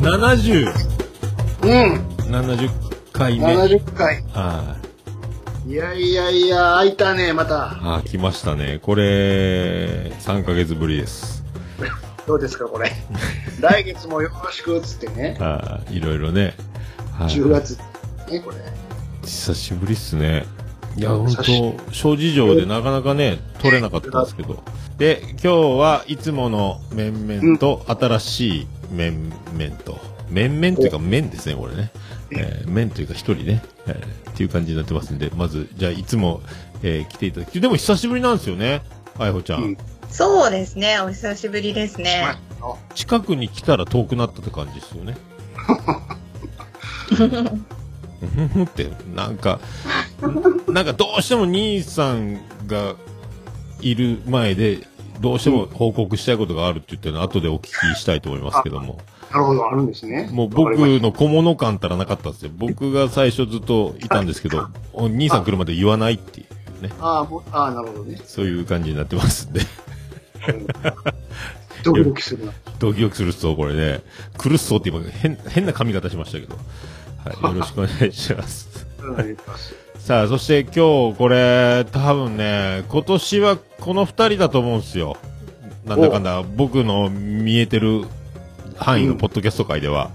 70、うん。 70回目。はい、 70回。いやいやいや、開いたね、また。あー、来ましたね。これ、3ヶ月ぶりです。どうです か、これ。来月もよろしく、つってね。はい、いろいろね。はい10月。ね、これ。久しぶりっすね。いや、久し本当諸事情でなかなかね、取れなかったんですけど。で、今日はいつもの面々と、新しい面々と、面々というか面ですね、これね。えー面というか一人ね、えーっていう感じになってますんで、まず、じゃあいつも、えー来ていただき、でも久しぶりなんですよね、あやほちゃん。うんそうですね。お久しぶりですね。まあ近くに来たら遠くなったって感じですよね。うんふんって、なんか、なんかどうしても兄さんがいる前で、どうしても報告したいことがあるって言ってるの後でお聞きしたいと思いますけども。なるほど、あるんですね。もうわ僕かりましの小物感たらなかったんですよ。僕が最初ずっといたんですけど、お兄さん来るまで言わないっていうね。たああ、もうああ、なるほど ね。そういう感じになってますんで。うんドキドキするな。ドキドキするっすよ、これね。来るっすよって今、変、変な髪型しましたけど。はい、よろしくお願いします。 うんお願いしますさあ、そして今日、これ、多分ね、今年はこの二人だと思うんですよ。なんだかんだ、僕の見えてる範囲のうんポッドキャスト界では、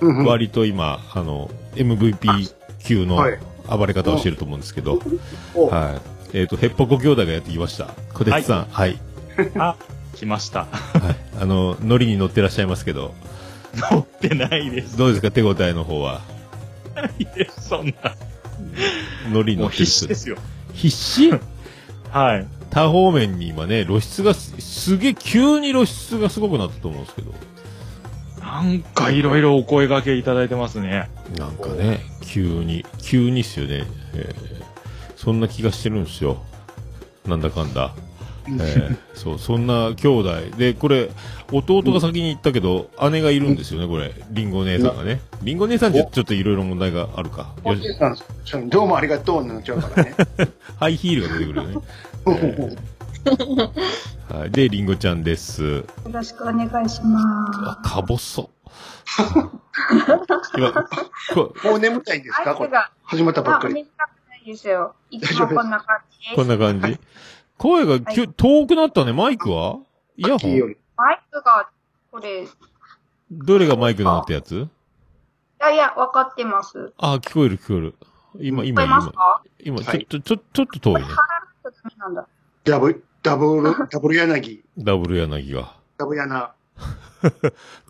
うんうん割と今、あの、MVP 級のはい暴れ方をしてると思うんですけど、おはい。えっ、と、ヘッポコ兄弟がやってきました。小鉄さん、はい。あ、来ました。はい。あの、ノリに乗ってらっしゃいますけど、乗ってないです。どうですか、手応えの方は。いやそんな。ノリにも乗うってる人必死ですよ。必死はい。 多方面に今ね、露出がす、すげえ、急に露出がすごくなったと思うんですけど。なんかいろいろお声掛けいただいてますね。なんかね、急に、急にっすよね。えーそんな気がしてるんですよ。なんだかんだ。えーそう、そんな兄弟。で、これ、弟が先に行ったけど、姉がいるんですよね、これ。リンゴ姉さんがね。リンゴ姉さんってちょっといろいろ問題があるか。およじいしさんしかもどうもありがとうになっちゃ うからね。ハイヒールが出てくるよね。えーはい、で、リンゴちゃんです。よろしくお願いしま。あ、か細。 今、こ、もう眠たいんですすかこ相れ。手が、始まったばっあ、か短くり。ないですよ。いつもこんな感じこんでなす。感じ。声がきゅ、遠くなったね。マイクはイヤホいいよンり。マイクが、これ、いどれがマイクなのってやつやいや、わかってます。あ、聞こえる聞こえる。今、聞今、こえます今。今、かちはょっいと、ちょ、ちょっと遠いね。ちょっとダメなんだ。ダブ、ダブル、ダブル柳。ダブル柳が。ダブ柳。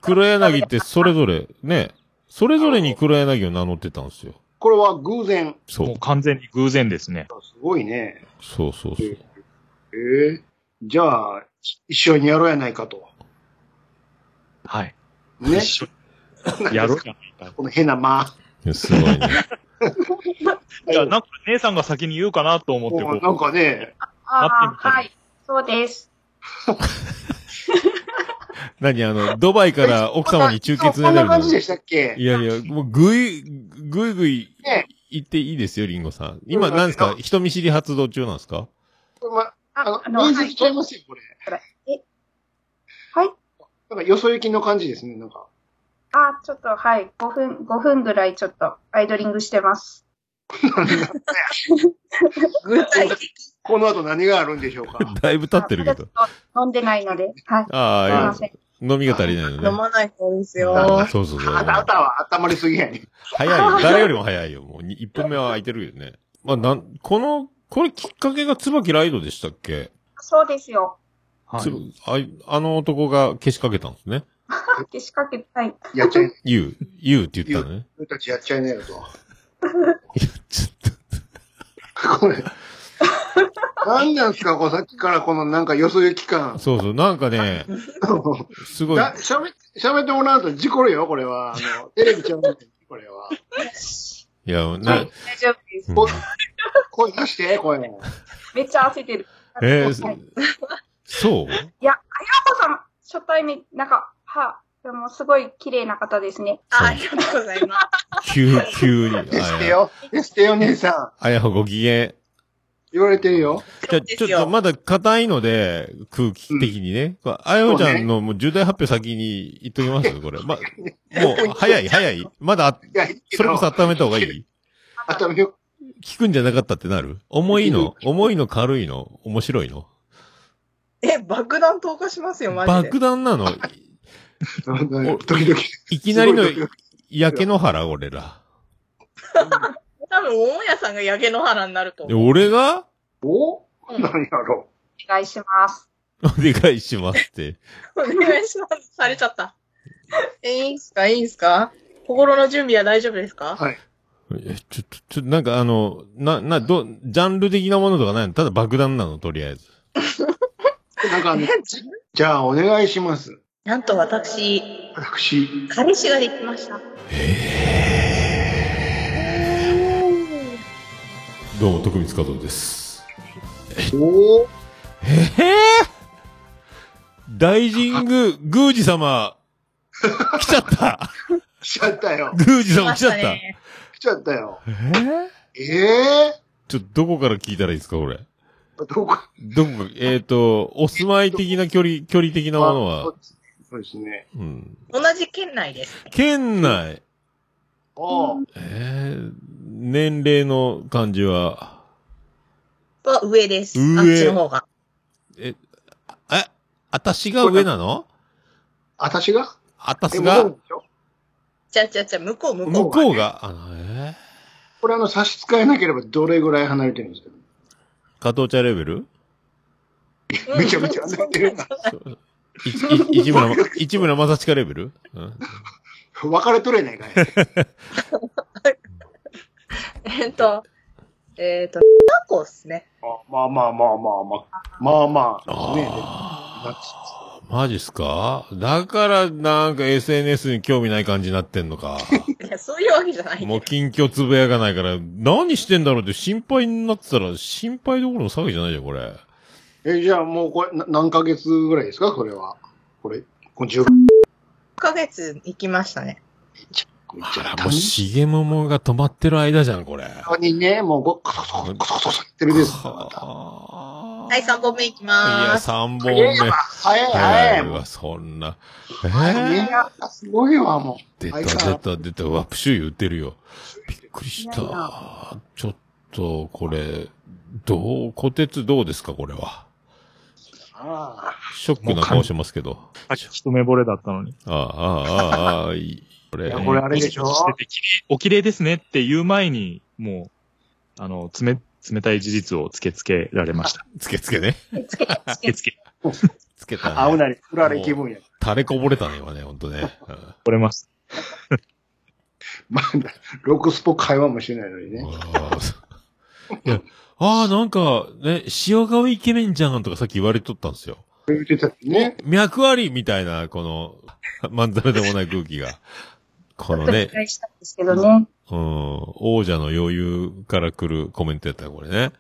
黒柳ってそれぞれ、ね、それぞれに黒柳を名乗ってたんですよ。これは偶然。そもうう。完全に偶然ですね。すごいね。そうそうそう。ええじゃあ、一緒にやろうやないかと。はい。ね一。緒にやろうじゃないか。この変な間。ねすごいね。 いや、なんか姉さんが先に言うかなと思ってもうこなんかね、会ってあみたいあ、はい。そうです。何あの、ドバイから奥様に中継こねんだなるの感じでしたっけいやいや、もうぐい、ぐいぐいね言っていいですよ、リンゴさん。今うん何ですか人見知り発動中なんですかこれまあああの、の、面は積いちゃいますよ、これ。はい。なんか、よそ行きの感じですね、 なんか。あ、ちょっと、はい。5分、5分ぐらいちょっと、アイドリングしてます。具体的。この後何があるんでしょうか。だいぶ経ってるけど。あ。まだちょっと飲んでないので、はい。すいあいあまやいせん。や、飲みが足りないのね飲。まない方ですうよん。そうそうそう。あた、あたは温まりすぎやね。早いよ。誰よりも早いよ。もうに一本目は空いてるよね。まあ、なん、この、これきっかけが椿ライドでしたっけ、そうですよ。う。はつい。あいあの男がけしかけたんですね。消しかけたい。やっちゃい、ゆう、ゆうって言ったのね。俺たちやっちゃいないよと。いや、ちょっと。これ。なんなんすか、こうさっきからこのなんかよそ行き感。そうそう。なんかね、すごい。だ喋って、喋ってもらうと事故るよ、これは。あの、テレビちゃうんだよこれは。いや、は、、ない大丈夫です。うん声出して、声。めっちゃ焦ってる。えはいー、すそういや、あやこさん、初対面、なんか、は、でもすごい綺麗な方ですね。あありがとうございます。急、急に。 でしあてやよ。でしてよ、姉さあやほご機嫌。言われてるよ。じゃあ、でちょすっとよ。まだ硬いので、空気的にね。これあやほちゃんのもう重大発表先に言っときますこれ。ま、もう、早い早い。まだあ、いや、いいけそれどこそ温めた方がいい熱海を聞くんじゃなかったってなる重いの重いの軽いの面白いの え、爆弾投下しますよ、マジで。爆弾なのドキドキ。いきなりのすごいドキ焼け野原、俺ら。多分、大家さんが焼け野原になるとで思う。俺が おうん何やろお願いします。お願いしますって。お願いします。されちゃった。 え、いいんすかいいんすか心の準備は大丈夫ですう。 かはい。え、ちょ、ちょ、ちょ、なんかあの、な、な、ど、ジャンル的なものとかないのただ爆弾なの、とりあえず。なんか、ね、じゃあお願いします。なんと私、私、彼氏ができました。どうも、徳光和夫です。おおえへー、大神宮、宮司様、来ちゃ った来ちゃったよ。宮司様ま来しちゃったたね。来ちゃったよ。えー、ええちょ、どこから聞いたらいいですか、これ。ー、どこどこか、えっ、ー、と、お住まい的な距離、距離的なものあはそう、ですねそうですね。うん。同じ県内です。県内、おおえー、年齢の感じは、は上です。上あっちの方が。え、あたしが上なの私があたすえがもうでしょちゃうちゃうちゃう、向こう向こう。向こうが、あの、えこれあの差し支えなければどれぐらい離れてるんですかー、加藤茶レベルめちゃめちゃ離れてるな。いい市村、市村正親レベル、うん、別れとれないかい。 えっと、えっと、タコっすね。まあまあまあまあまあ。まあまあ。ねああ、マジっすかだからなんか SNS に興味ない感じになってんの か。いや、そういうわけじゃないけど。もう近況つぶやかないから、何してんだろうって心配になってたら、心配どころの騒ぎじゃないじゃん、これ。え、じゃあもうこれ、な何ヶ月ぐらいですかこれは。これ、この10 1ヶ月行きましたね。個いっちゃあっら、たもう、しげももが止まってる間じゃん、これ。ここにね、もうご、こそこそこそこそ言ってるです。またはあはい、3本目行きいや、まーす。 3本早目い。わ、早い、早い。うもうわ、そんな。早いえねすごいわ、もう。出たはい出た出た、ワプシュー言ってるよ。びっくりしいやいた。ちょっと、これ、どう、虎鉄どうですか、これは。あショックな顔してますけど。さっき一目惚れだったのに。ああ、ああ、ああ、いいこあ。いれや、、これあれでしょしててきれいお綺麗ですねって言う前に、もう、あの、冷、冷たい事実をつけつけられました。つけつけね。つけて、つつけけつけ。つけた、ね。会うなり、振られ気分や。垂れこぼれたね、今ね、ほんとね。うん折れました。まだ、ロクスポ会話もしてないのにね。ああそういや、ああ、なんか、ね、塩顔イケメンじゃんとかさっき言われとったんですよ。言ってたね。脈ありみたいな、この、まんざらでもない空気が。このねお、願いしたんですけどね。うん、王者の余裕から来るコメントやったよこれね。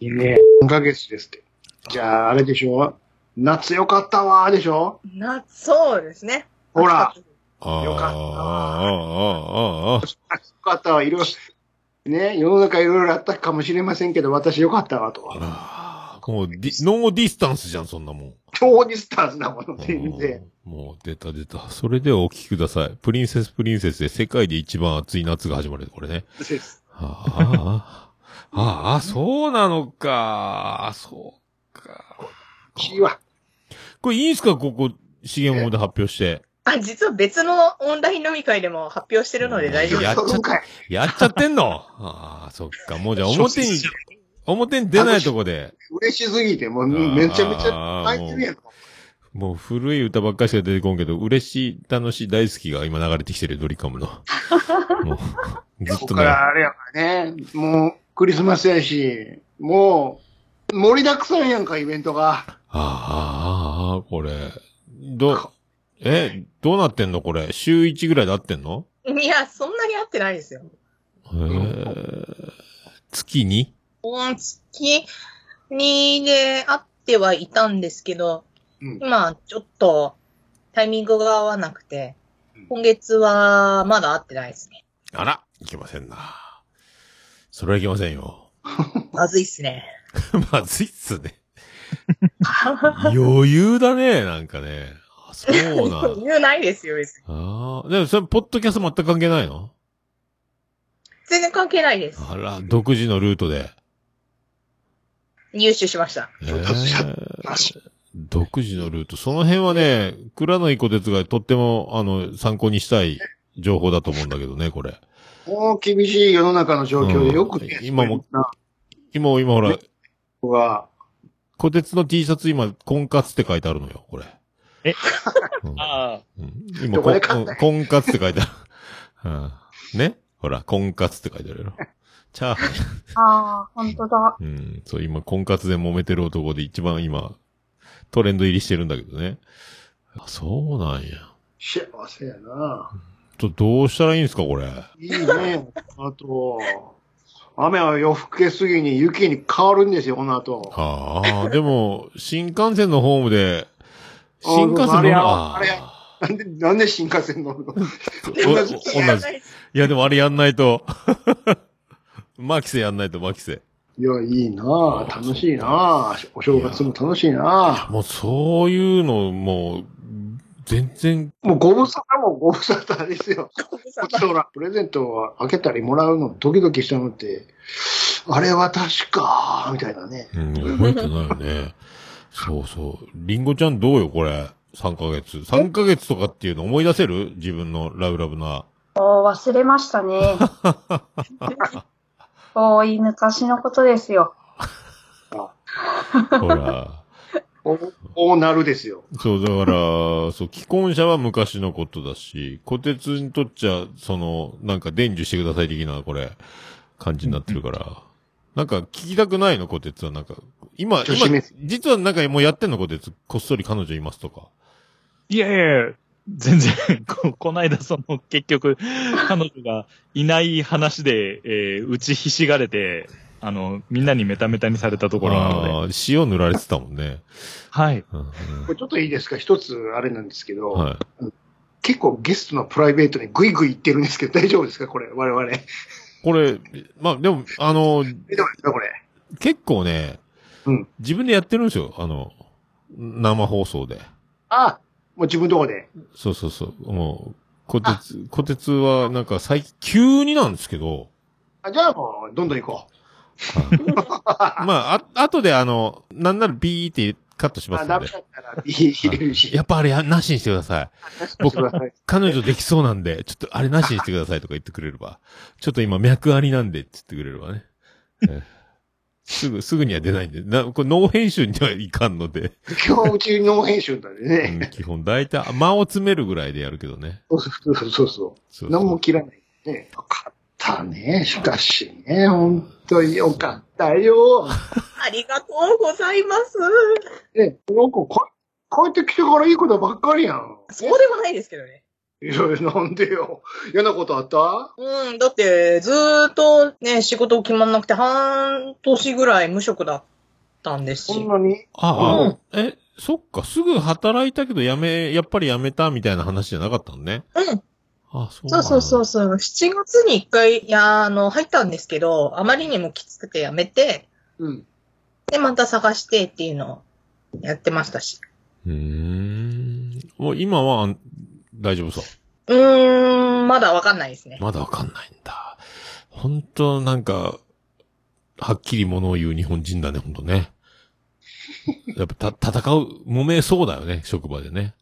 いいね。4ヶ月ですって。じゃあ、あれでしょ夏よかったわーでしょな、そうですね。ほら。ああ、よかったああ、ああ、ああ。よかったわ、いろいろ、ね、世の中いろいろあったかもしれませんけど、私よかったわと。ああもうディ、ノーディスタンスじゃん、そんなもん。超ディスタンスだもの、全然。うんもう出た出た。それではお聞きください。プリンセスプリンセスで世界で一番暑い夏が始まる。これね。ですああ、ああああ、そうなのか。あそうか。いいわ。これいいんすかここ、資源で発表して。あ、実は別のオンライン飲み会でも発表してるので大丈夫やっちゃっその回やっちゃってんのああ、そっか。もうじゃあ表に、表に出ないとこで。嬉しすぎて、もうーめちゃめちゃ泣いてるやん。もう古い歌ばっかりしか出てこんけど、嬉しい、楽しい、大好きが今流れてきてるよドリカムの。もう、ずっそことかね。らあれやからね、もうクリスマスやし、もう盛りだくさんやんか、イベントあが。ーあー、あーこれ。ど、え、どうなってんのこれ。週1ぐらいで合ってんのいや、そんなに合ってないですよ。へー月にうん、月にで合ってはいたんですけど、うん今ちょっとタイミングが合わなくてうん、今月はまだ合ってないですね。あら、いけませんな。それはいけませんよ。 まずいっすね。まずいっすね。余裕だね、なんかね。あ、そうなんだ。言うないですよ、別に。ああ。でもそれ、ポッドキャスト全く関係ないの全然関係ないです。あら、独自のルートで。入手しました。えょっとしゃー独自のルート。その辺はね、倉野彦哲がとっても、あの、参考にしたい情報だと思うんだけどね、これ。もう厳しい世の中の状況でよくね、うん今もそういうな今、今ほら、子が、小鉄の T シャツ今、婚活って書いてあるのよ、これ。えうんあうん今、どここんで買った婚活って書いてある。うんねほら、婚活って書いてあるよ。チャーハン。ああ、本当だ。うん、そう、今、婚活で揉めてる男で一番今、トレンド入りしてるんだけどね。あそうなんや。幸せやな。ちょっとどうしたらいいんですか、これ。いいね。あと、雨は夜更けすぎに雪に変わるんですよ、この後。ああ、でも、新幹線のホーム で、あ新幹線のホーあムれやああれやーなんで、なんで新幹線乗るのおお同同じじ。やないですいや、でもあれやんないと。 マキセやんないと、マキセ。いや、いいなぁ。楽しいなぁ。お正月も楽しいなもうそういうの、もう、全然、ぁ。もうご無沙汰もご無沙汰ですよ。こっちほら、プレゼントを開けたりもらうの、ドキドキしたのって、あれは確か、みたいなね。うん、覚えてないよね。 そうそう。リンゴちゃんどうよ、これ。3ヶ月。3ヶ月とかっていうの思い出せる自分のラブラブな。おー忘れましたね。遠い昔のことですよ。ほら。おこうなるですよ。そう、だから、 そう、既婚者は昔のことだし、小鉄にとっちゃ、その、なんか伝授してください的な、これ、感じになってるから。なんか、聞きたくないの、小鉄は。なんか、今、女子今目、実はなんかもうやってんの、小鉄。こっそり彼女いますとか。いやいやいや全然、 こ、こないだその、結 局、彼女がいない話で、えー打ちひしがれて、あの、みんなにメタメタにされたところなので。あー塩塗られてたもんね。はい。うんこれちょっといいですか一つあれなんですけど、うんはい。結構ゲストのプライベートにグイグイ行ってるんですけど、大丈夫ですかこれ、我々。大丈これ、まあ、でも、あの、夫ですかこれ。結構ね、うん自分でやってるんですよ。あの、生放送で。あもう自分のとこで。そうそうそう。もう、小鉄、小鉄はなんか最近、急になんですけど、あじゃあもう、どんどん行こまあ、あ、後であの、なんならビーってカットしう。まあすダのメで。だったら、入れるし。やっぱあれやなしにしてください。僕してください彼女できそうなんで、ちょっとあれなしにしてくださいとか言ってくれれ ば。ちょっと今脈ありなんでって言ってくれればね。ええすぐ、すぐには出ないんで。な、これノー編集にはいかんので。今日うちの編集なんでうね。ん基本、大体、間を詰めるぐらいでやるけどね。そうそうそうそう。そうそう何も切らない。ね、よかったね。しかしね、本当によかったよ。ありがとうございます。ね、よくこ帰ってきてからいいことばっかりやん。そうでもないですけどね。いろいろなんでよ。嫌なことあったうん、だって、ずーっとね、仕事決まんなくて、半年ぐらい無職だったんですそんし。なにああ、うんえ、そっか、すぐ働いたけど、やめ、やっぱりやめたみたいな話じゃなかったのね。うん。あそうそうそうそううそう。7月に一回、いや、あの、入ったんですけど、あまりにもきつくてやめて、うん。で、また探してっていうのをやってましたし。なんだ。うーん。もう今は、あん大丈夫そう。うーん、まだわかんないですね。まだわかんないんだ。本当なんか、はっきりものを言う日本人だね、本当ね。やっぱ、た、戦う、揉めそうだよね、職場でね。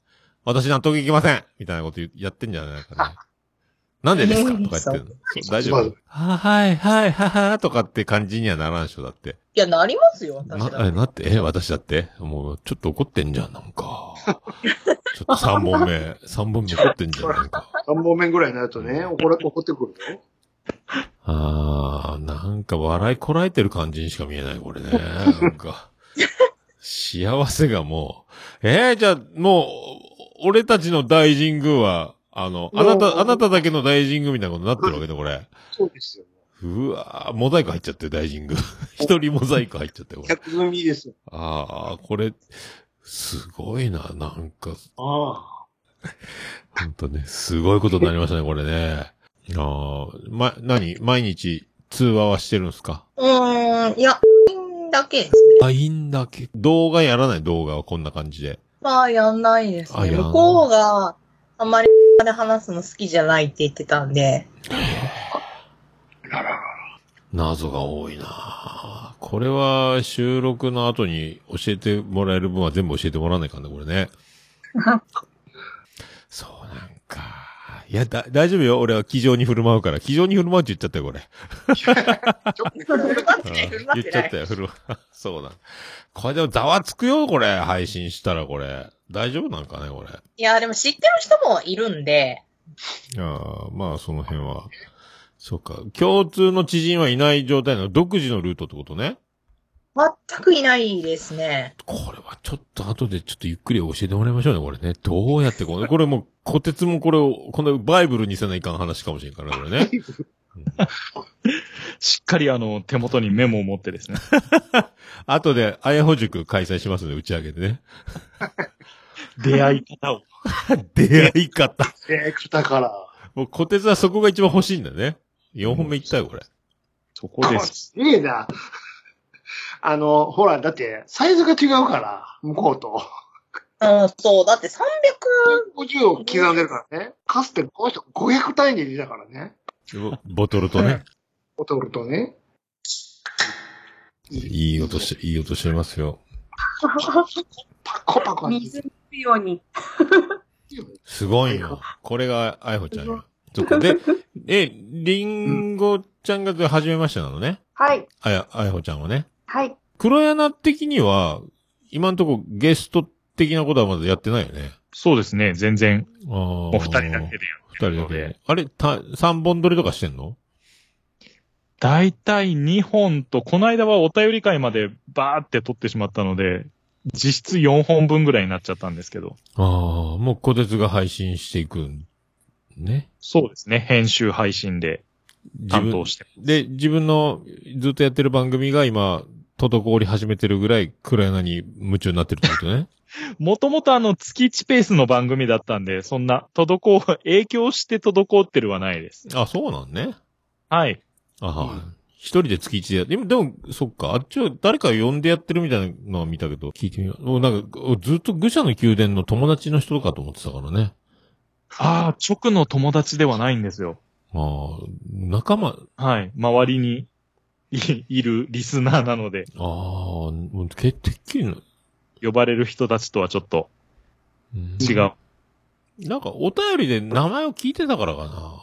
私納得いきませんみたいなこと言うやってんじゃないかね。なんでですかとか言ってるの。そう大丈夫は、はい、はい、はは、とかって感じにはならんでしょ、だって。いや、なりますよ、な、私だえって。なって、え、私だってもう、ちょっと怒ってんじゃん、なんか。ちょっと3本目、3本目怒ってんじゃん、なんか。 3本目ぐらいになるとね、怒ら怒ってくるよ。あー、なんか笑いこらえてる感じにしか見えない、こ れね。なんか。幸せがもう。えー、じゃあ、もう、俺たちの大神宮は、あの、あなもうた、あなただけの大神宮みたいなことになってるわけだ、これ。そうですよ。うわー、モザイク入っちゃってる、大 神宮。一人モザイク入っちゃって、これ。客組みですよ。あー、これ、すごいな、なんか、あほんとね、すごいことになりましたね、これね。あー、ま、何毎日通話はしてるんですかうーん、いや、ンだけですね。あ、いいんだけ。動画やらない動画はこんな感じで。まあ、やんないですあね。やん向こうが、あんまりで話すの好きじゃないって言ってたんで、なら謎が多いなこれは収録の後に教えてもらえる分は全部教えてもらわないかんね、これね。 そうなんか。いや、だ、大丈夫よ。俺は気丈に振る舞うから。気丈に振る舞うって言っちゃったよ、こ れ。ちょっとね 振る舞っうてんない、振る言舞っってちゃなったい。よ、振る舞う。 そうだ。これでもざわつくよ、これ。配信したら、これ。大丈夫なんかね、これ。いや、でも知ってる人もいるんで、ああ、まあ、その辺は。そうか。共通の知人はいない状態の独自のルートってことね。全くいないですね。これはちょっと後でちょっとゆっくり教えてもらいましょうね、これね。どうやってこれ、これもう、小鉄もこれを、このバイブルにせないかん話かもしれんからね、これね。しっかりあの、手元にメモを持って ですね。後で、あやほ塾開催しますので、打ち上げでね。出会い方を。出会い方。えー、来たから。もう小鉄はそこが一番欲しいんだね。4本目いったよ、これ。そこです。いいな。あの、ほら、だって、サイズが違うから、向こうと。うん、そう。だって300、 50を刻んでるからね。かつてこの人500単位で出たからね。ボトルとね。劣るとね。いい音して、いい音してますよ。パコパコ入って水抜くように。るよねすごいよ。これが、あやほちゃんよ。そっか。で、え、りんごちゃんが初めましてなのね。はい。あや、あやほちゃんはね。はい。黒柳的には、今んとこゲスト的なことはまだやってないよね。そうですね、全然。あおお二人だけでやっ二てる人だのけでで。。あれ、た、三本撮りとかしてんのだいたい2本と、この間はお便り会までバーって撮ってしまったので、実質4本分ぐらいになっちゃったんですけど。ああ、もう小鉄が配信していくん、ね。そうですね、編集配信で自担分当、して。で、自分のずっとやってる番組が今、滞り始めてるぐらい黒柳に夢中になってるってこと ね。もともとあの月1ペースの番組だったんで、そんな、滞、影響して滞ってるはないです。あ、そうなんね。はい。あはうん一人で月一でやって、でも、でも、そっか、あっちは誰か呼んでやってるみたいなのは見たけど、聞いてみよう。おなんか、おずっと愚者の宮殿の友達の人かと思ってたからね。ああ、直の友達ではないんですよ。ああ、仲間、はい。周りにいいるリスナーなので、ああ、もうけ、てっきりな、呼ばれる人たちとはちょっとうん違う。なんか、お便りで名前を聞いてたからかな。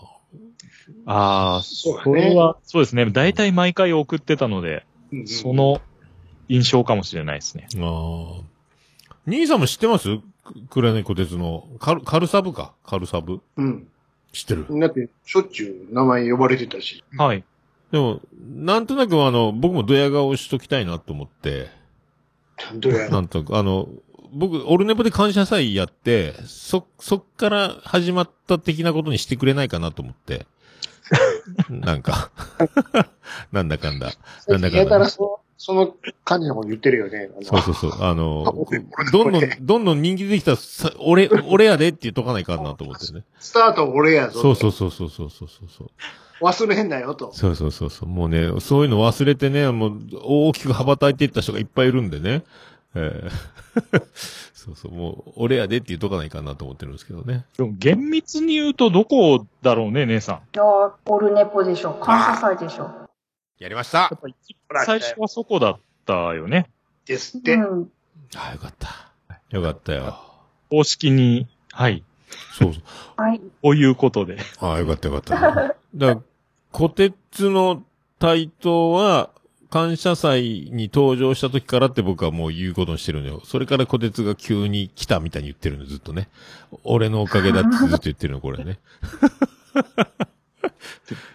ああ、そうだねこれは、そうですね。大体毎回送ってたので、うんうんその印象かもしれないですね。ああ。兄さんも知ってます黒柳小鉄の、カル、カルサブか。カルサブ。うん。知ってる。だって、しょっちゅう名前呼ばれてたし。はい。でも、なんとなくあの、僕もドヤ顔しときたいなと思って。どうや なら。んとなく、あの、僕、オルネポで感謝祭やって、そ、そっから始まった的なことにしてくれないかなと思 って。なんか。 なんだかんだ。なんだかやんだたらそその感じのこと言ってるよね。あのそうそうそう。あの俺、どんどん、どんどん人気出てきたら、さ俺、俺やでって言っとかないかんなと思ってね。スタート俺やぞ。そうそうそうそうそうそうそう。忘れんなよと。そうそうそうそう。もうね、そういうの忘れてね、もう大きく羽ばたいていった人がいっぱいいるんでね。えー そうそう、もう、俺やでって言っとかないかなと思ってるんですけどね。でも厳密に言うとどこだろうね、姉さん。いやーオルネポでしょ。感謝祭でしょ。やりましたやっぱ一番最初はそこだったよね。ですっうて。ん。あ、よかった。よかったよ。公式に、はい。そうそはい。こういうことで。う。あよかったよかった。 だから、小鉄の対等は、感謝祭に登場した時からって僕はもう言うことにしてるのよ。それから小鉄が急に来たみたいに言ってるのずっとね。俺のおかげだってずっと言ってるの、これね。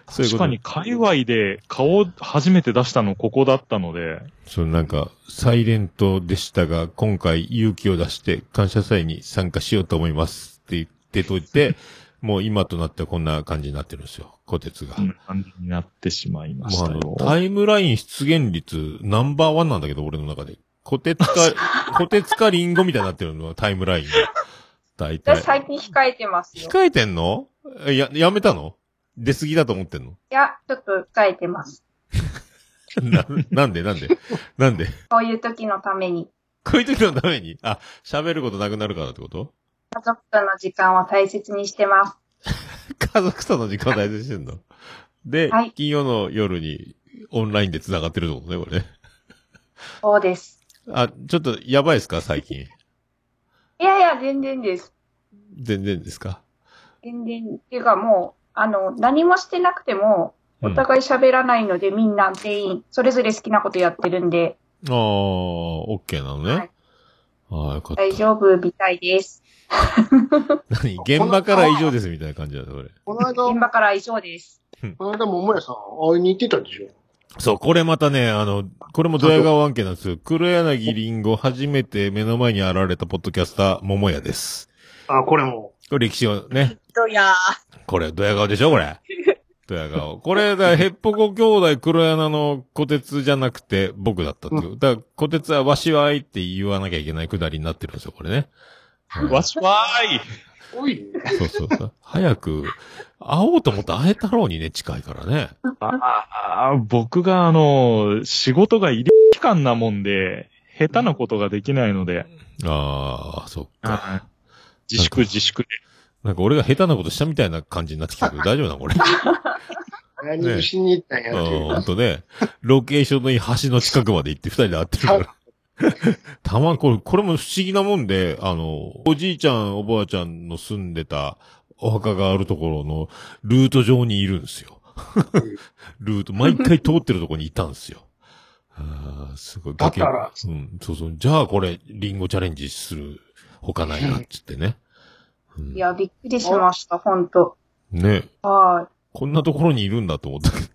そういうこと 確かに界隈で顔初めて出したのここだったので、そのなんか、サイレントでしたが、今回勇気を出して感謝祭に参加しようと思いますって言ってといて、 もう今となってはこんな感じになってるんですよ、小鉄が。こんな感じになってしまいましもうあたよ。の、タイムライン出現率ナンバーワンなんだけど、俺の中で。小鉄か、小鉄かリンゴみたいになってるの、タイムラインが。大私体。最近控えてますよ。控えてんのえや、やめたの出過ぎだと思ってんのいや、ちょっと控えてます。ななんでなんでなんでこういう時のために、こういう時のためにあ、喋ることなくなるからってこと家族との時間を大切にしてます。家族との時間を大切にしてん の。で、はい金曜の夜にオンラインで繋がってるってことね、これね。そうです。あ、ちょっとやばいですか最近。いやいや、全然です。全然ですか全然。っていうかもう、あの、何もしてなくても、うおん。あ互い喋らないので、みんな全員、それぞれ好きなことやってるんで、あー、オッケーなのね。はいああ、よかっ大丈夫みたいです。た。 何現場から以上ですみたいな感じだね、これ。この現間、場から以上です。この間、桃屋さん、会いに行ってたでしょそう、これまたね、あの、これもドヤ顔案件なんですよ。黒柳りんご初めて目の前に現れたポッドキャスター、桃屋です。あ、これも。これ歴史をね、どやこれ、ドヤ顔でしょこ れ。ドヤ顔。これ、だからヘッポコ兄弟黒柳の小鉄じゃなくて僕だったっていう。だから、小鉄はわしは愛って言わなきゃいけないくだりになってるんですよ、これね。うんわしわーい多いね。そうそうそう。 早く、会おうと思って会えたろうにね、近いからね。ああ、僕があの、仕事が医療機関なもんで、下手なことができないので、ああ、そっか。自粛自粛で。なんか俺が下手なことしたみたいな感じになってきたけど、大丈夫なのこれ。何しに行ったんやっていうほんとね。ロケーションのいい橋の近くまで行って二人で会ってるから。たま、これ、これも不思議なもんで、あの、おじいちゃん、おばあちゃんの住んでたお墓があるところのルート上にいるんですよ。ルート、毎回通ってるとこにいたんですよ。ああ、すごい。だったらうん、そうそう。じゃあこれ、リンゴチャレンジする、他ないな、っつってね。うんいや、びっくりしました、ほんと。ね。はこんなところにいるんだと思ったけど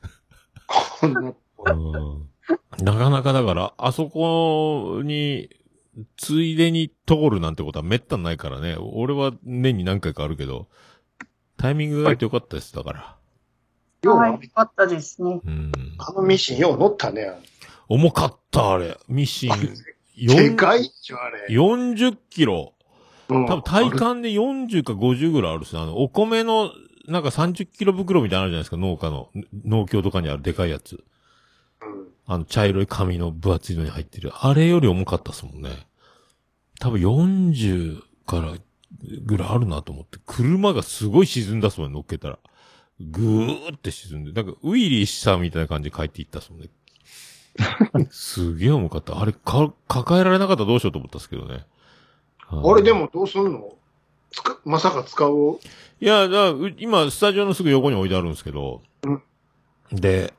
こんな。うんなかなかだから、あそこに、ついでに通るなんてことはめったにないからね。俺は年に何回かあるけど、タイミングがあってよかったです、だから。い。よう、はい。よかったですね。うん。あのミシンよう乗ったね。重かった、あれ。ミシン。で4かいっちょ、あれ。 40キロ。うん多分体感で40か50ぐらいあるっすね。あの、お米の、なんか30キロ袋みたいなのあるじゃないですか、農家の。農協とかにあるでかいやつ。うんあの、茶色い紙の分厚いのに入ってる。あれより重かったっすもんね。多分40からぐらいあるなと思って。車がすごい沈んだっすもんね、乗っけたら。ぐーって沈んで。なんか、ウィリーしたみたいな感じで帰っていったっすもん ね。すげえ重かった。あれ、か、抱えられなかったらどうしようと思ったっすけどね。あれで。もどうすんのつかまさか使ういや、だからう今、スタジオのすぐ横に置いてあるんですけど。で、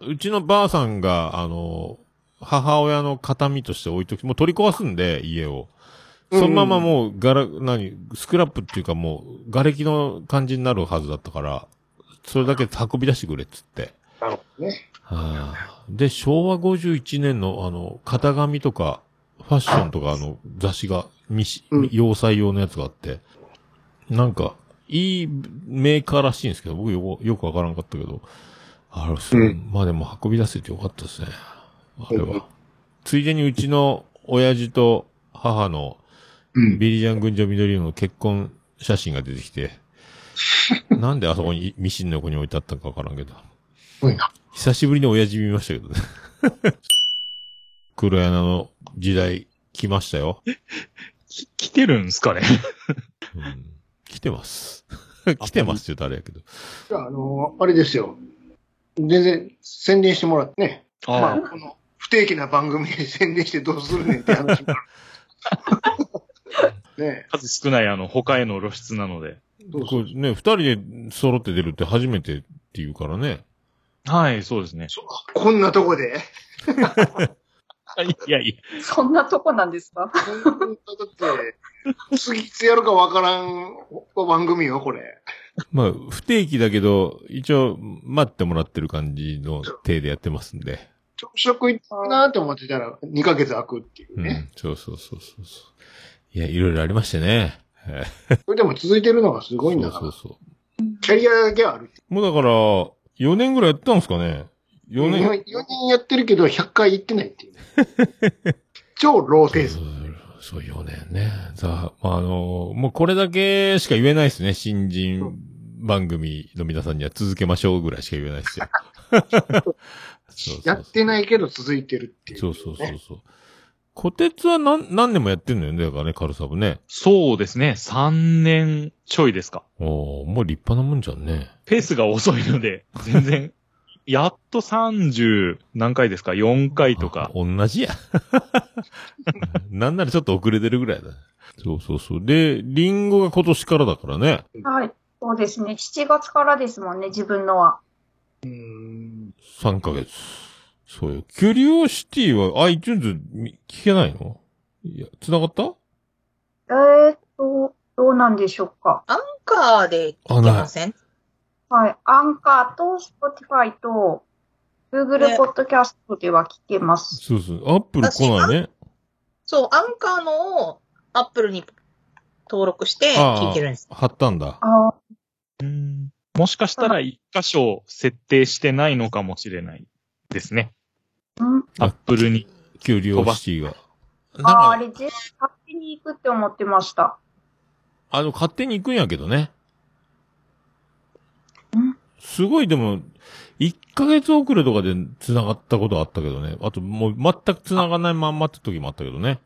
うちのばあさんが、あの、母親の形見として置いとき、もう取り壊すんで、家を。そのままもう、ガラ、何、スクラップっていうかもう、瓦礫の感じになるはずだったから、それだけ運び出してくれっつって。なるほどね。はあ、で、昭和51年の、あの、型紙とか、ファッションとか、あの、雑誌が、みしうん、要塞用のやつがあって、なんか、いいメーカーらしいんですけど、僕よく、よくわからんかったけど、あれ、そううんまあでも運び出せてよかったですね。あれうんは。ついでにうちの親父と母のうん。ビリジャン群青緑色の結婚写真が出てき て、なんであそこにミシンの横に置いてあったのかわからんけど。すごいな。久しぶりに親父見ましたけどね。 黒柳の時代来ましたよ。き来てるんすかねうん、来て ます。来てますって言うとあれやけど。じゃあ、あの、あれですよ。全然宣伝してもらってね。まあ、あこの不定期な番組で宣伝してどうするねんって話もある。 ね数少ないあの、他への露出なので。え、どうすこるれね、二人で揃って出るって初めてっていうから ね。はい、そうですね。そうこんなとこでいやいそんなとこなんですかこんなだって、次いつやるかわからん番組よ、これ。まあ、不定期だけど、一応待ってもらってる感じの体でやってますんで。朝食行ったなと思ってたら、2ヶ月空くっていううね。ん、そうそうそうそうそう。いや、いろいろありましてね。えーこれでも続いてるのがすごいんそだうかそらう。そう。キャリアだけはある。もうだから、4年ぐらいやったんですかね ?4 年。 4人やってるけど、100回行ってないっていう。超ローテースそト。うそう、4年ね。ザまあ、あの、もうこれだけしか言えないですね、新人番組の皆さんには続けましょうぐらいしか言えないですよ。そうそうそうやってないけど続いてるっていう、 そうそうそうそう。虎鉄は何、何年もやってんのよね、だからね、カルサブね。そうですね。3年ちょいですか。おーもう立派なもんじゃんね。ペースが遅いので、全然、やっと30何回ですか ?4 回とかあ。 同じや。なんならちょっと遅れてるぐらいだ。そうそうそう。で、リンゴが今年からだからね。はい。そうですね。7月からですもんね、自分のは。うーん。 3ヶ月。そうよ。キュリオシティは iTunes み聞けないのいや、繋がったえーっと、どうなんでしょうか。アンカーで聞けませんはい。アンカーと Spotify と Google ね Podcast では聞けます。そうそう。アップル来ないね。そう、アンカーのをアップルに登録して聞いてるんです。貼ったんだ。あーうんもしかしたら1箇所設定してないのかもしれないですね。うんあアップルに。キュリオシティが。あー、なあんか、れ、全部勝手に行くって思ってました。あの、勝手に行くんやけどねん。すごい、でも、1ヶ月遅れとかで繋がったことあったけどね。あと、もう全く繋がないまんまって時もあったけどね。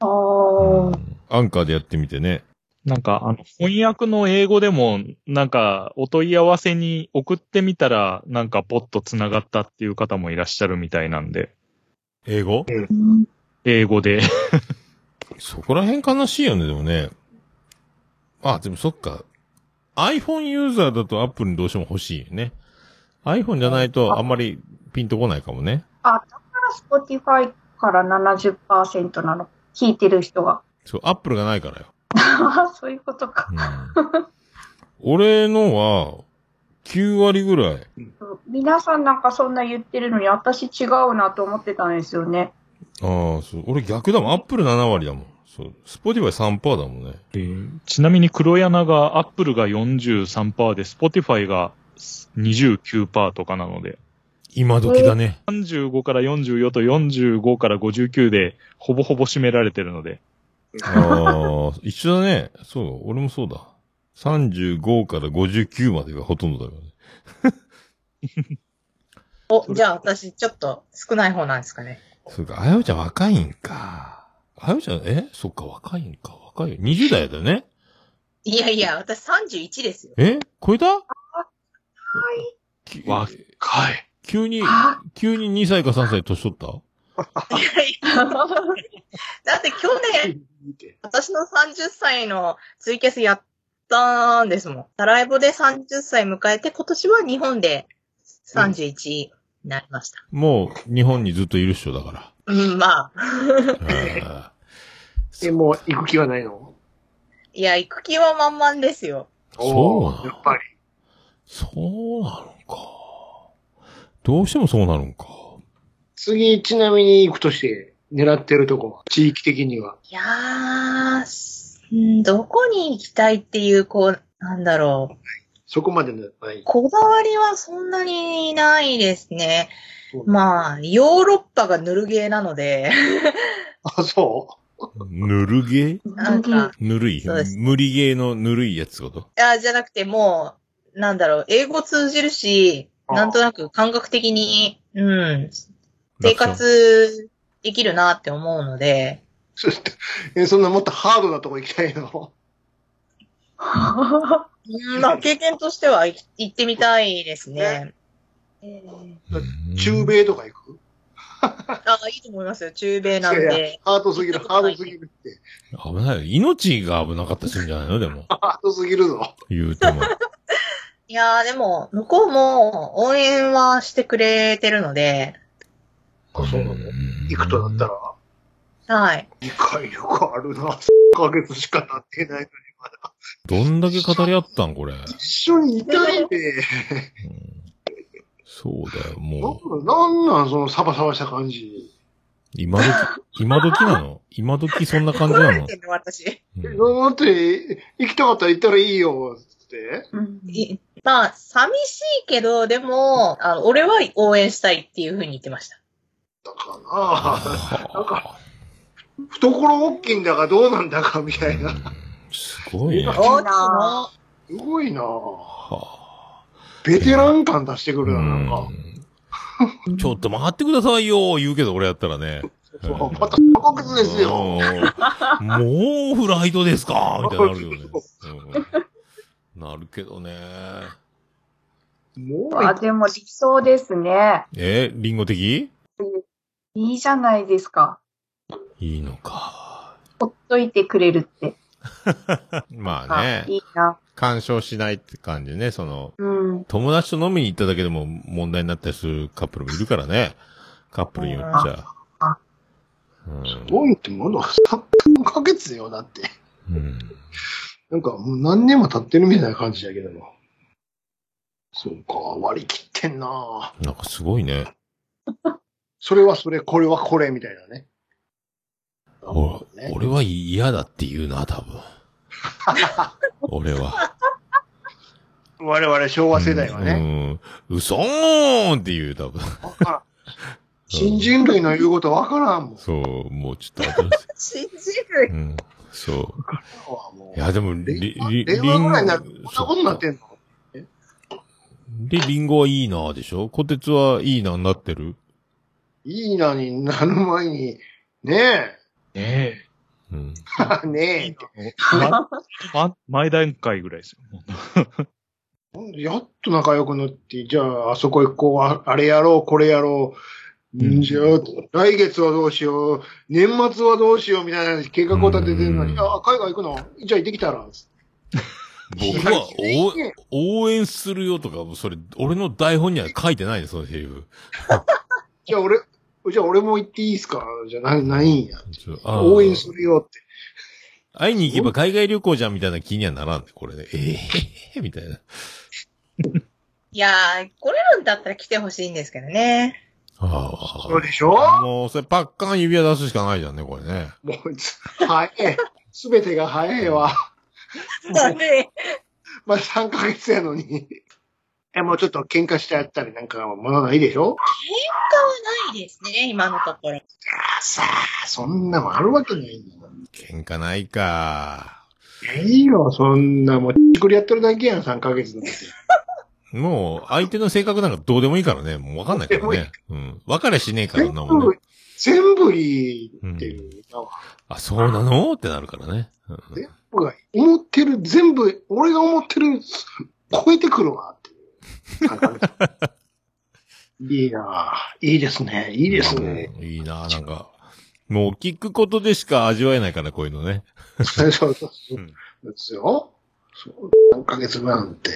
あーアンカーでやってみてね。なんか、あの、翻訳の英語でも、なんか、お問い合わせに送ってみたら、なんか、ポッと繋がったっていう方もいらっしゃるみたいなんで、英語うん英語で。そこら辺悲しいよね、でもね。あ、でもそっか。iPhone ユーザーだと Apple にどうしても欲しいよね。iPhone じゃないとあんまりピンとこないかもね。あ、だから Spotify から70%なの。聞いてる人が。 そう、Apple がないからよ。あーそういうことか。うん俺のは、9割ぐらい。皆さんなんかそんな言ってるのに、私違うなと思ってたんですよね。ああ、そう。俺逆だもん。Apple の7割だもん。そう。Spotify3% だもんね。ちなみに黒柳が、アップルが43%で、Spotify が29%とかなので、今時だね。 35から44と45から59で、ほぼほぼ占められてるので、ああ、一緒だね。そう、俺もそうだ。35から59までがほとんどだからね。お、じゃあ私ちょっと少ない方なんですかね。そうか、あやおちゃん若いんか。あやおちゃん、えそっか、若いんか。若いよ。20代だよね。いやいや、私31ですよ。え超えたき若はい。急に、あ急に2歳か3歳年取ったいやいや だって去年、見て私の30歳のツイキャスやったんですもん。タライボで30歳迎えて、今年は日本で31になりました。もう、日本にずっといるっしょ、だから。うん、まあ。あえ、もう行く気はないのいや、行く気は満々ですよ。そうーやっぱり。ー そうなのか。どうしてもそうなのか。次、ちなみに行くとして、狙ってるとこは、地域的には。いやーすん、どこに行きたいっていう、こう、なんだろう。そこまでのない。こだわりはそんなにないですね。そうまあ、ヨーロッパがぬるゲーなので、あ、そぬるげーなんか、ぬるいそうです無理ゲーのぬるいやつってことあじゃなくてもう、なんだろう、英語通じるし、あなんとなく感覚的に、うん、生楽勝活できるなって思うので、う え、そんなもっとハードなとこ行きたいのうんまあ、経験としては行き行ってみたいですね。うん中米とか行くあいいと思いますよ。中米なんいやいで。ハードすぎる、ハードすぎるって。危ないよ。命が危なかったりするんじゃないのでも。ハードすぎるぞ。言うても。いやーでも、向こうも応援はしてくれてるので、あ、そうなの行くとなったら、はい。理解力あるな。3ヶ月しかなってないのに、まだ。どんだけ語り合ったん、これ。一緒にいたいって。そうだよ、なもう。んなんなん、そのサバサバした感じ。今時、 今時なの今時そんな感じ怒らなれのて、るの、私。うんだって、行きたかったら行ったらいいよ、って。 うんいまあ、寂しいけど、でも、あの俺は応援したいっていうふうに言ってました。だかはあな懐大きいんだかどうなんだかみたいな。うんすごいね。今大きいなの。すごいなぁはベテラン感出してくあ、るな、なんか。うんちょっと待ってくださいよ、言うけど俺やったらね。そうまた鎖骨ですよ。うんもうフライトです かみたいになるよね。うんなるけどね。もうあ、でも理想ですね。え、リンゴ的いいじゃないですか。いいのか。ほっといてくれるって。まああね、いいな。干渉しないって感じね、その、うん。友達と飲みに行っただけでも問題になったりするカップルもいるからね。カップルによっちゃ。うんすごいってまだ3ヶ月よ、だって。うんなんかもう何年も経ってるみたいな感じだけども。そうか、割り切ってんなぁなんかすごいね。それはそれ、これはこれ、みたいなね。おね俺は嫌だって言うな、多 分。俺は。我々昭和世代はね。うん。嘘ーんって言う、多分。わからん新人類の言うことわからんもん。そう、もうちょっと新しい。信じる。うん。そう。もいや、でも、うり令和り令和ぐらいになるとりこんなことになってんので、リンゴはいいなでしょ小鉄はいいなになってるいいなになる前に、ねねうん。え、 ねえってえ。ま、ま、前段階ぐらいですよ。やっと仲良くなって、じゃあ、あそこ行こう、ああれやろう、これやろう、うんじゃあ、来月はどうしよう、年末はどうしようみたいな計画を立ててるのうに、んあ、海外行くのじゃあ行ってきたら、つって僕は急にねお応援するよとか、それ、俺の台本には書いてないね、そのセリフ。じゃあ俺、じゃあ俺も行っていいですかじゃあな、ないんや。そうあー応援するよって。会いに行けば海外旅行じゃんみたいな気にはならんね、これね。ええー、みたいな。いやー、来れるんだったら来てほしいんですけどね。あそうでしょあ。もう、それパッカン指輪出すしかないじゃんね、これね。もう、つ早え。すべてが早えわ。そうね。まだ3ヶ月やのに。え、もうちょっと喧嘩してやったりなんかはまだないでしょ喧嘩はないですね、今のところ。あさあ、そんなもんあるわけないんだもん。喧嘩ないか。いいよ、そんなもう、ちくりやってるだけやん、3ヶ月なんて。もう、相手の性格なんかどうでもいいからね。もうわかんないからどうでもね。うん。わかりゃしねえから、そ全んなもん部ね。、全部いいっていう、なんかあ、そうなのってなるからね。うん全部が、思ってる、全部、俺が思ってる、超えてくるわ、っていう3ヶ月。 いいなぁ。いいですね。いいですね。うんいいな、なんか。もう聞くことでしか味わえないから、こういうのね。そうそうそううんですよ。そう3ヶ月なんて。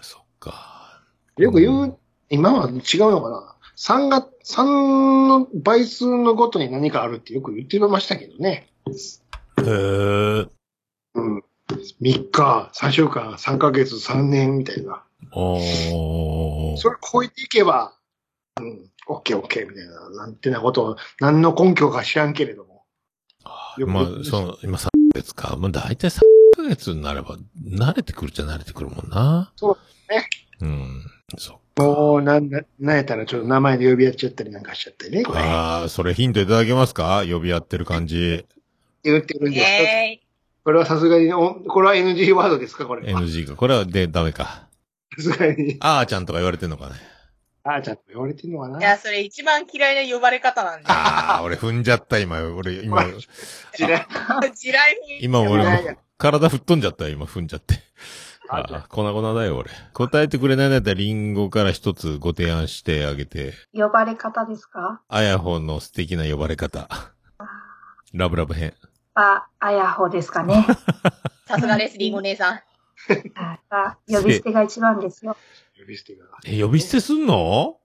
そっか。よく言う、今は違うのかな。3が、3の倍数のごとに何かあるってよく言ってましたけどね。へえ。うん。3日、3週間、3ヶ月、3年みたいな。おー。それ超えていけば、うん、オッケーオッケーみたいな、なんてなことを、何の根拠か知らんけれども。よくまあ言う、その、今3ヶ月か。まあ、大体3ヶ月になれば、慣れてくるっちゃ慣れてくるもんな。そうね。うん。そもう、なんだ、なんやったらちょっと名前で呼び合っちゃったりなんかしちゃってね、っこれ。っか。ああ、それヒントいただけますか呼び合ってる感じ。て言ってるんですけどえこれはさすがにお、これは NG ワードですかこれは。 NG か。これはで、ダメか。さすがに。あーちゃんとか言われてんのかね。あーちゃんと言われてんのかーないや、それ一番嫌いな呼ばれ方なんで。ああ、俺踏んじゃった、今。俺、今、知らん地雷に。今いや俺いやも、体吹っ飛んじゃったよ、今踏んじゃって。あーちゃんあー粉々だよ、俺。答えてくれないんだったら、リンゴから一つご提案してあげて。呼ばれ方ですかあやほの素敵な呼ばれ方。ラブラブ編。あ、あやほですか ね。さすがです、リンゴ姉さん。ああ呼び捨てが一番ですよ。呼び捨てが。え、呼び捨てすんの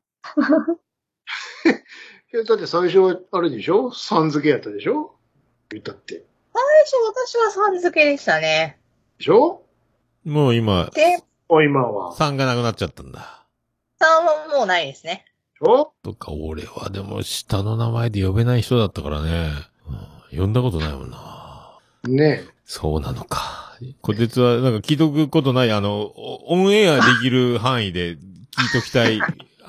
いやだって最初は、あれでしょさん付けやったでしょ言ったって。で最初私はさん付けでしたね。しょもう今、で、お今は。 3がなくなっちゃったんだ。さんはもうないですね。でしょとか、俺はでも下の名前で呼べない人だったからね。うん、呼んだことないもんな。ねそうなのか。こてつは、なんか聞いとくことない、あの、おオンエアできる範囲で聞いときたい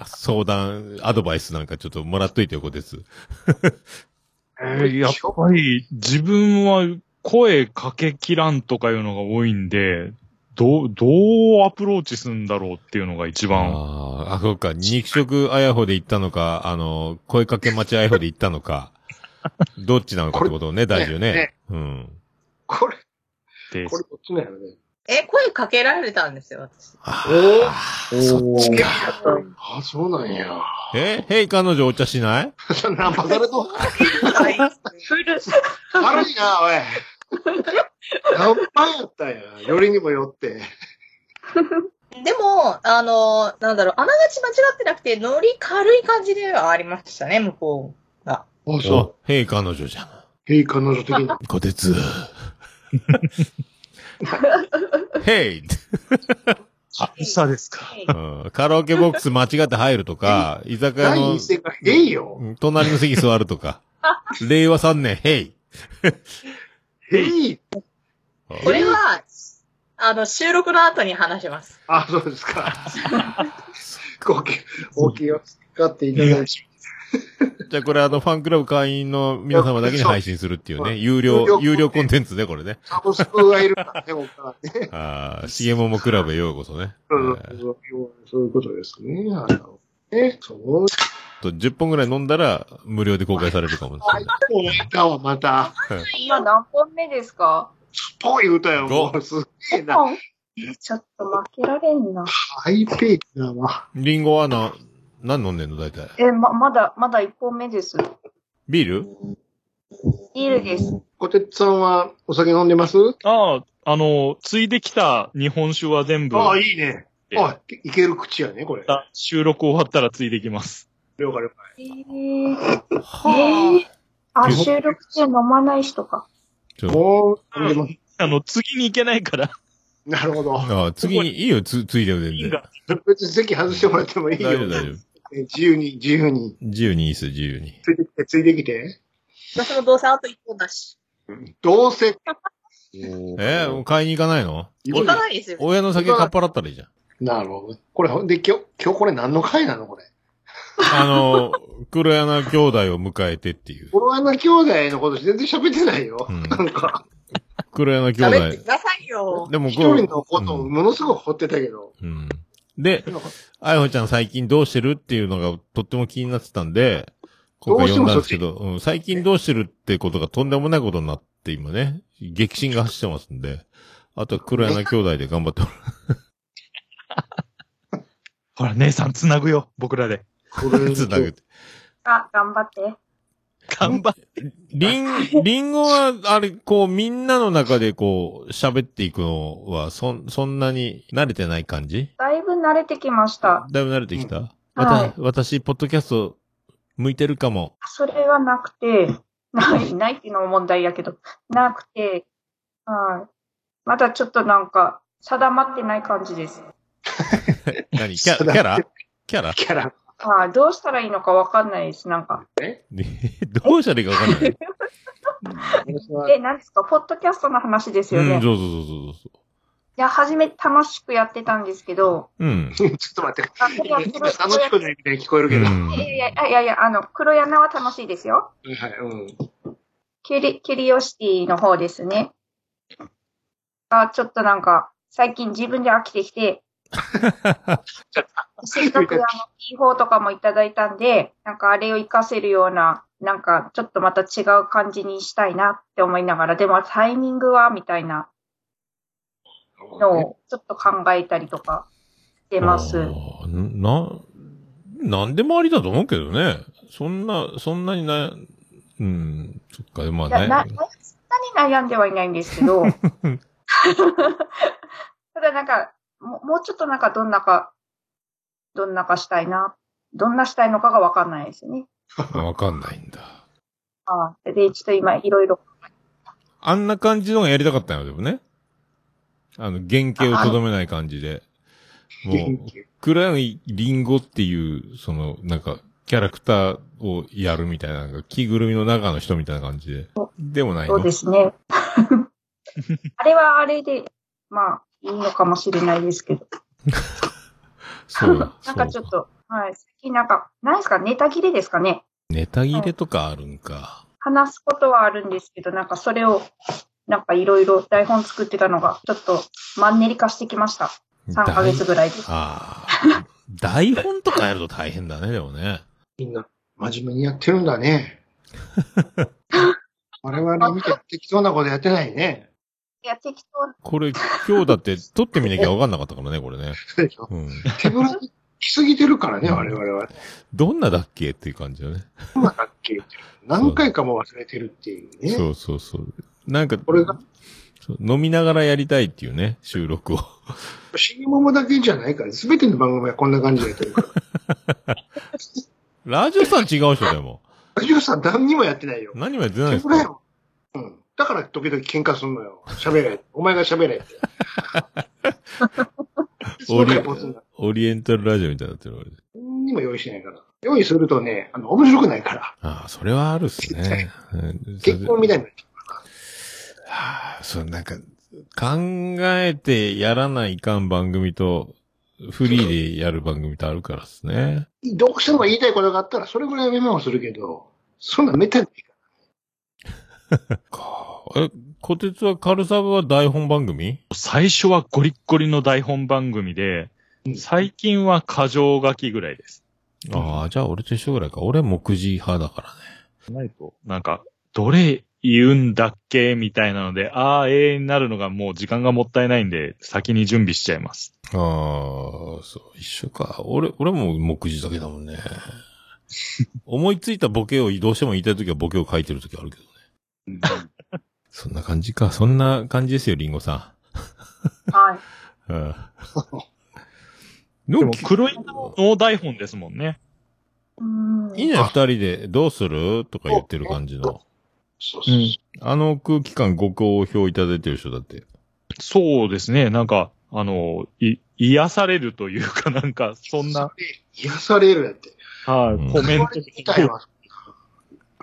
相談、アドバイスなんかちょっともらっといてよ、こてつ。え。やっぱり自分は声かけきらんとかいうのが多いんで、どう、どうアプローチするんだろうっていうのが一番。あーあ、そうか。肉食あやほで行ったのか、あの、声かけ待ちあやほで行ったの か、どっちなのかってことをね、大事よね。ねうん。これ、でこれどっちなんやろね。え、声かけられたんですよ、私。おそっちか。あ、そうなんや。えへい、彼女お茶しないナンパされとんはい。古っ悪いな、おい。ナンパやったんや。よりにもよって。 でも、あの、なんだろう、あながち間違ってなくて、ノリ軽い感じではありましたね、向こうが。あ、そう。へい、彼女じゃん。う。へい、彼女的に。こてつ。へい、あ、下ですか。うんカラオケボックス間違って入るとか、居酒屋第の一声がへいよ。うん隣の席座るとか。令和3年、へい。へい。これは、あの、収録の後に話します。あ、そうで すか。ごき、お気を使っていただいて。じゃあこれあの、ファンクラブ会員の皆様だけに配信するっていうね、そう有有料料、有料コンテンツね、これね。サブスクがいるからね、僕はね。ああ、しげももクラブへようこそね。えそうーそうそういうことですね。あのね、そう。と10本ぐらい飲んだら、無料で公開されるかもしれない。お前だわ、また。今何本目ですかスポー言うたよ、もう。すげえな。本えちょっと負けられんな。ハイペースだわ。リンゴはな、何飲んでんの大体。え、ま、まだ、まだ1本目です。ビールビールです。こてつさんはお酒飲んでますああ、あの、ついできた日本酒は全部、ああ、いいね。えあ、いける口やね、これ。了収録終わったらついできます。解了解。えー、えー、あ、収録中飲まない人か。ちょもう、飲んでます。あの、次に行けないから、なるほど。ああ次に、いいよ、つ、ついでよ、全いいん然。だ別に席外してもらってもいいよ。大丈夫、大丈夫。自由に、自由に。自由にいいっすよ、自由に。ついてきて、ついてきて。私もどうせあと一本だし。どうせ。えー買いに行かないの行かないですよ。親の酒かっぱらったらいいじゃん。なるほど。これ、ほんで、今日、今日これ何の回なのこれ。あの、黒柳兄弟を迎えてっていう。コロナ兄弟のこと全然喋ってないよ。うんなんか、黒柳兄喋って弟く。ださいよ。でも一こ人う、のことをものすごく掘ってたけど。うん。で、なんかあやほちゃん最近どうしてるっていうのがとっても気になってたんで、今回呼んだんですけど、うん、最近どうしてるってことがとんでもないことになって今ね、激震が走ってますんで、あとは黒柳兄弟で頑張ってもらほら、姉さん繋ぐよ、僕らで。これう。つなげて。あ、頑張って。頑張って。リン、リンゴは、あれ、こう、みんなの中でこう、喋っていくのは、そん、そんなに慣れてない感じだいぶ慣れてきました。だいぶ慣れてきた、うんわたはい私、ポッドキャスト、向いてるかも。それがなくて、ない、ないっていうのも問題やけど、なくて、はい。まだちょっとなんか、定まってない感じです。何キャキそうだャラキャラキャラ。はい。どうしたらいいのかわかんないです、なんか。どうしたらいいかわかん ない。私はえ、なんですか、ポッドキャストの話ですようね。ん、いそうそうそうそうそや、初め楽しくやってたんですけど、う。うん。ちょっと待って。あこれは楽しくないみたいに聞こえるうけど。んいやいやいやいやいや、あの、黒柳は楽しいですよ。はい、うん。キュリ、キュリオシティの方ですね。あ、ちょっとなんか、最近自分で飽きてきて、せっか くあの、キーホーとかもいただいたんで、なんかあれを活かせるような、なんかちょっとまた違う感じにしたいなって思いながら、でもタイミングはみたいなのをちょっと考えたりとかしてます。あーな、なんでもありだと思うけどね。そんな、そんなにな、うん、そっか、まあいや、な、なね。そんなに悩んではいないんですけ ど。ただなんか、ももうちょっとなんかどんなか、どんなかしたいな、どんなしたいのかがわかんないですね。わかんないんだ。ああで、ちょっと今いろいろ、あんな感じのがやりたかったよ、でもね。あの、原型をとどめない感じで。もう元、気黒柳りんごっていう、その、なんか、キャラクターをやるみたいな、なんか着ぐるみの中の人みたいな感じで。でもないそのうです ね。あれはあれで、まあ、いいのかもしれないですけど。そうだ なんかちょっ。と、はい、最近なんか、何ですか、ネタ切れですかね。ネタ切れとかあるんか。話すことはあるんですけど、なんかそれをなんかいろいろ台本作ってたのが、ちょっとマンネリ化してきました。3ヶ月ぐらいです。ああ。台本とかやると大変だね、でもね。みんな、真面目にやってるんだ ね。我々見て適当なことやってないね。いや、適これ、今日だって撮ってみなきゃわかんなかったからね、これね。うん。手ぶらに来すぎてるからね、我々は。どんなだっけっていう感じだね。どんなだっけって何回かも忘れてるっていうね。そうそうそう。なんか、これがそう飲みながらやりたいっていうね、収録を。 CM もだけじゃないから、すべての番組はこんな感じでやってるから。 ラジオさん違う人だよ、もラジオさん何にもやってないよう。。何もやってないですそれかよ。うん。だから時々喧嘩すんのよ。喋れ。お前が喋れって。オリそうかボスがオリエンタルラジオみたいになってるわけで。何にも用意してないから。用意するとね、あの、面白くないから。ああ、それはあるっすね。うん結婚みたいになっちゃはあ、そう、なんか、考えてやらないかん番組と、フリーでやる番組とあるからですね。う。どうしても言いたいことがあったら、それぐらいはメモをするけど、そんなめったにないかかえ、小鉄はカルサブは台本番組最初はゴリッゴリの台本番組で、最近は過剰書きぐらいです。ああ、じゃあ俺と一緒ぐらいか。俺は目次派だからね。ないと、なんか、どれ言うんだっけみたいなので、ああ、ええになるのがもう時間がもったいないんで、先に準備しちゃいます。ああ、そう、一緒か。俺、俺も目次だけだもんね。 思いついたボケをどうしても言いたいときはボケを書いてるときあるけどね。ら。そんな感じか。そんな感じですよ、リンゴさ当、はい。ん。うん。ででも、黒い脳台本ですもんね。うーん。いいね、二人で、どうするとか言ってる感じの。そうそうそあの空気感ご好評いただいてる人だって。そうですね。なんか、あの、い、癒されるというかなんか、そうんな、。癒されるやって。はい、うんコメ言ンわトれてみたいわ。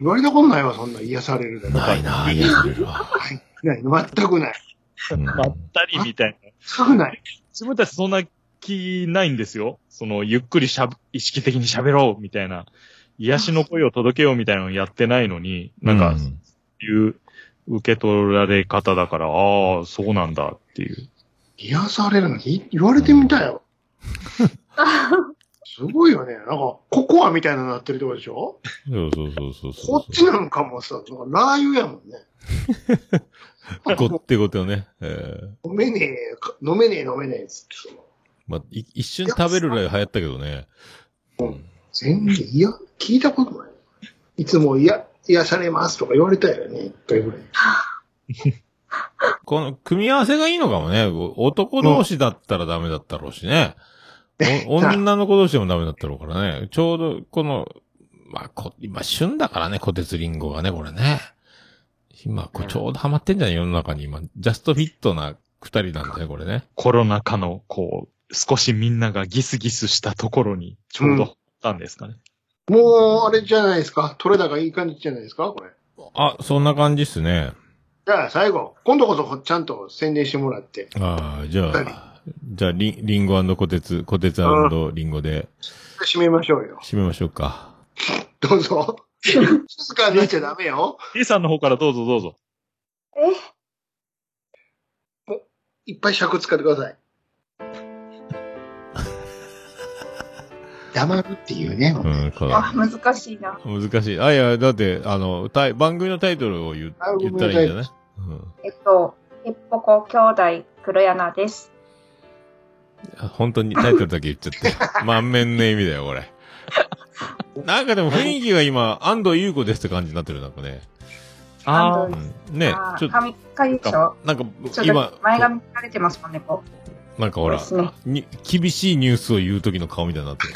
言われたことないわ、そんな癒されるだないなぁ、癒さ れるわ。ない、全くない。うん まったりみたいな。全くない。自分たちそんな気ないんですよ。その、ゆっくりしゃぶ、意識的に喋ろうみたいな、癒しの声を届けようみたいなのやってないのに、なんか、そういう受け取られ方だから、ああ、そうなんだっていう。癒されるのに言われてみたよ。すごいよね。なんか、ココアみたいなのなってるってことでしょそうそうそうそうそこうっちなのかもさ、なんかラー油やもんね。ごってごてをね。えー飲めねえ、か飲めねえ、飲めねえっつって、その、まあ、い一瞬食べるらい流行ったけどね。全然、いや、聞いたことない。いつも、いや、癒されますとか言われたよね、一回ぐらい。この組み合わせがいいのかもね。お男同士だったらダメだったろうしね。お 女の子同士でもダメだったろうからね。ちょうど、この、まあ、こ、今、旬だからね、小鉄リンゴがね、これね。今、こうちょうどハマってんじゃん、世の中に今。ジャストフィットな二人なんだね、これね。コロナ禍の、こう、少しみんながギスギスしたところに、ちょうど、ったんですかね。もう、あれじゃないですか。取れ高いい感じじゃないですか、これ。あ、そんな感じっすね。じゃあ、最後、今度こそ、ちゃんと宣伝してもらって。ああ、じゃあ、じゃあ、リン、リンゴ小鉄、小鉄リンゴで締めましょうよ。締めましょうか。どうぞ。 静かになっちゃダメよ。 A さんの方からどうぞどうぞ。 え、いっぱい尺使ってください。黙るっていうね。うん、かあ、難しいな。難しい。あ、いや、だって、あの、タイ番組のタイトルを言う番言組っのたタらイいいトんルじゃない、うんえっと、ヘッポコ兄弟黒柳です。あ、本当にタイトルだけ言っちゃ って。満面の意味だよ、これ。なんかでも雰囲気が今、安藤優子ですって感じになってる、なんかね。あうーん、ねあちょーっと、髪かゆいでしょなんかちょ、っ今と、前髪かれてますもんね、こう。なんかほらですね、に厳しいニュースを言う時の顔みたいになってる。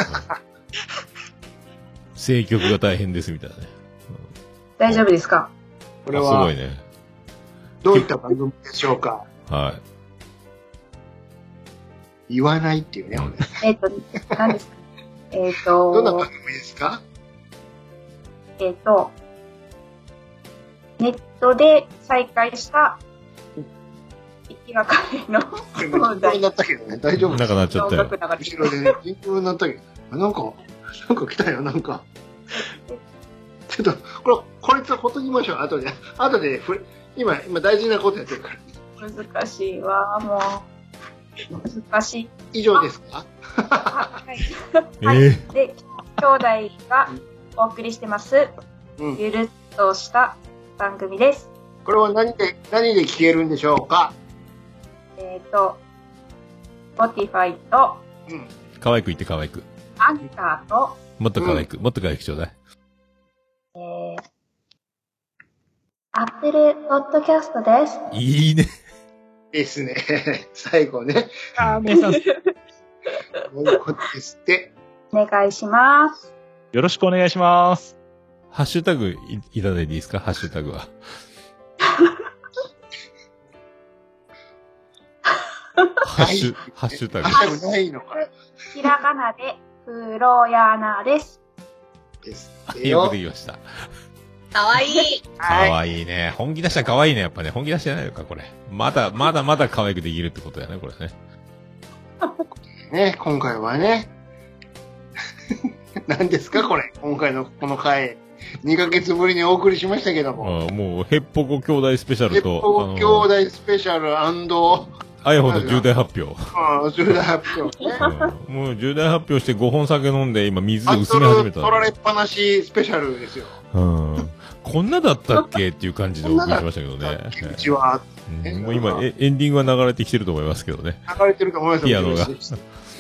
政局が大変です、みたいなね。大丈夫ですかこすれごいは、ね。どういった番組でしょうかはい。言わないっていうね。えっと、何 ですかえっどんな番と、組ですかえっと、ネットで再開した、生き別れのジングルになったけどね。大丈夫なんかなっちゃっ音たよ。楽流れて後ろでね、ジングルになったけど。あなんか、なんか来たよ、なんか。ちょっと、これ、こいつはほっときましょう。後で、後でふれ、今、今大事なことやってるから。難しいわ、もう。難しい。以上ですかはい。ええで、兄弟がお送りしてます、うん。ゆるっとした番組です。これは何で、何で聞けるんでしょうかえっ、と、Spotify と、うん。可愛く言って可愛く。アンカーと、もっと可愛く、もっと可愛くちょうだい。えー、Apple Podcast です。いいね。ですね。 最後ね。あー、めさん、よこういうことですって。お願いします。ろしくお願いします。ハッシュタグいいただいていいですかハッシュタグは。ハッシュ、ハッシュタグハッ。シュタグないのかひらがなで、フロヤナです。ですってよよくで。きました。かわいい。かわいいね。本気出したらかわいいね。やっぱね。本気出してないのか、これ。まだ、まだまだ可愛くできるってことだね、これね。ね、今回はね。 何ですかこれ。今回のこの回。2ヶ月ぶりにお送りしましたけども。うんもう、ヘッポコ兄弟スペシャル鉄と砲、兄あの、弟スペシャルアイホの重大発表。うん、重大発表ね。うんもう重大発表して5本酒飲んで、今水ハでン薄ドめ始めルた取。られっぱなしスペシャルですよ。うん。こんなだったっけっていう感じでお送りしましたけどうね。ちはうんもう今、えエンディングは流れてきてると思いますけどね。流れてると思いますピアノが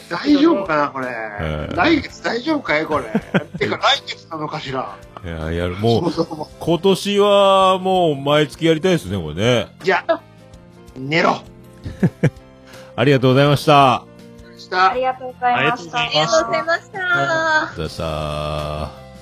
大丈夫かな、これえ。え来月大丈夫かい これ。てか、来月なのかしら。いや、やる。そももう、そも。今年はもう毎月やりたいですね、これね。じゃあ、寝ろ。ありがとうございました。したありがとうございましあたりがとうござありがとうございいまし。たました。ありがとうございました。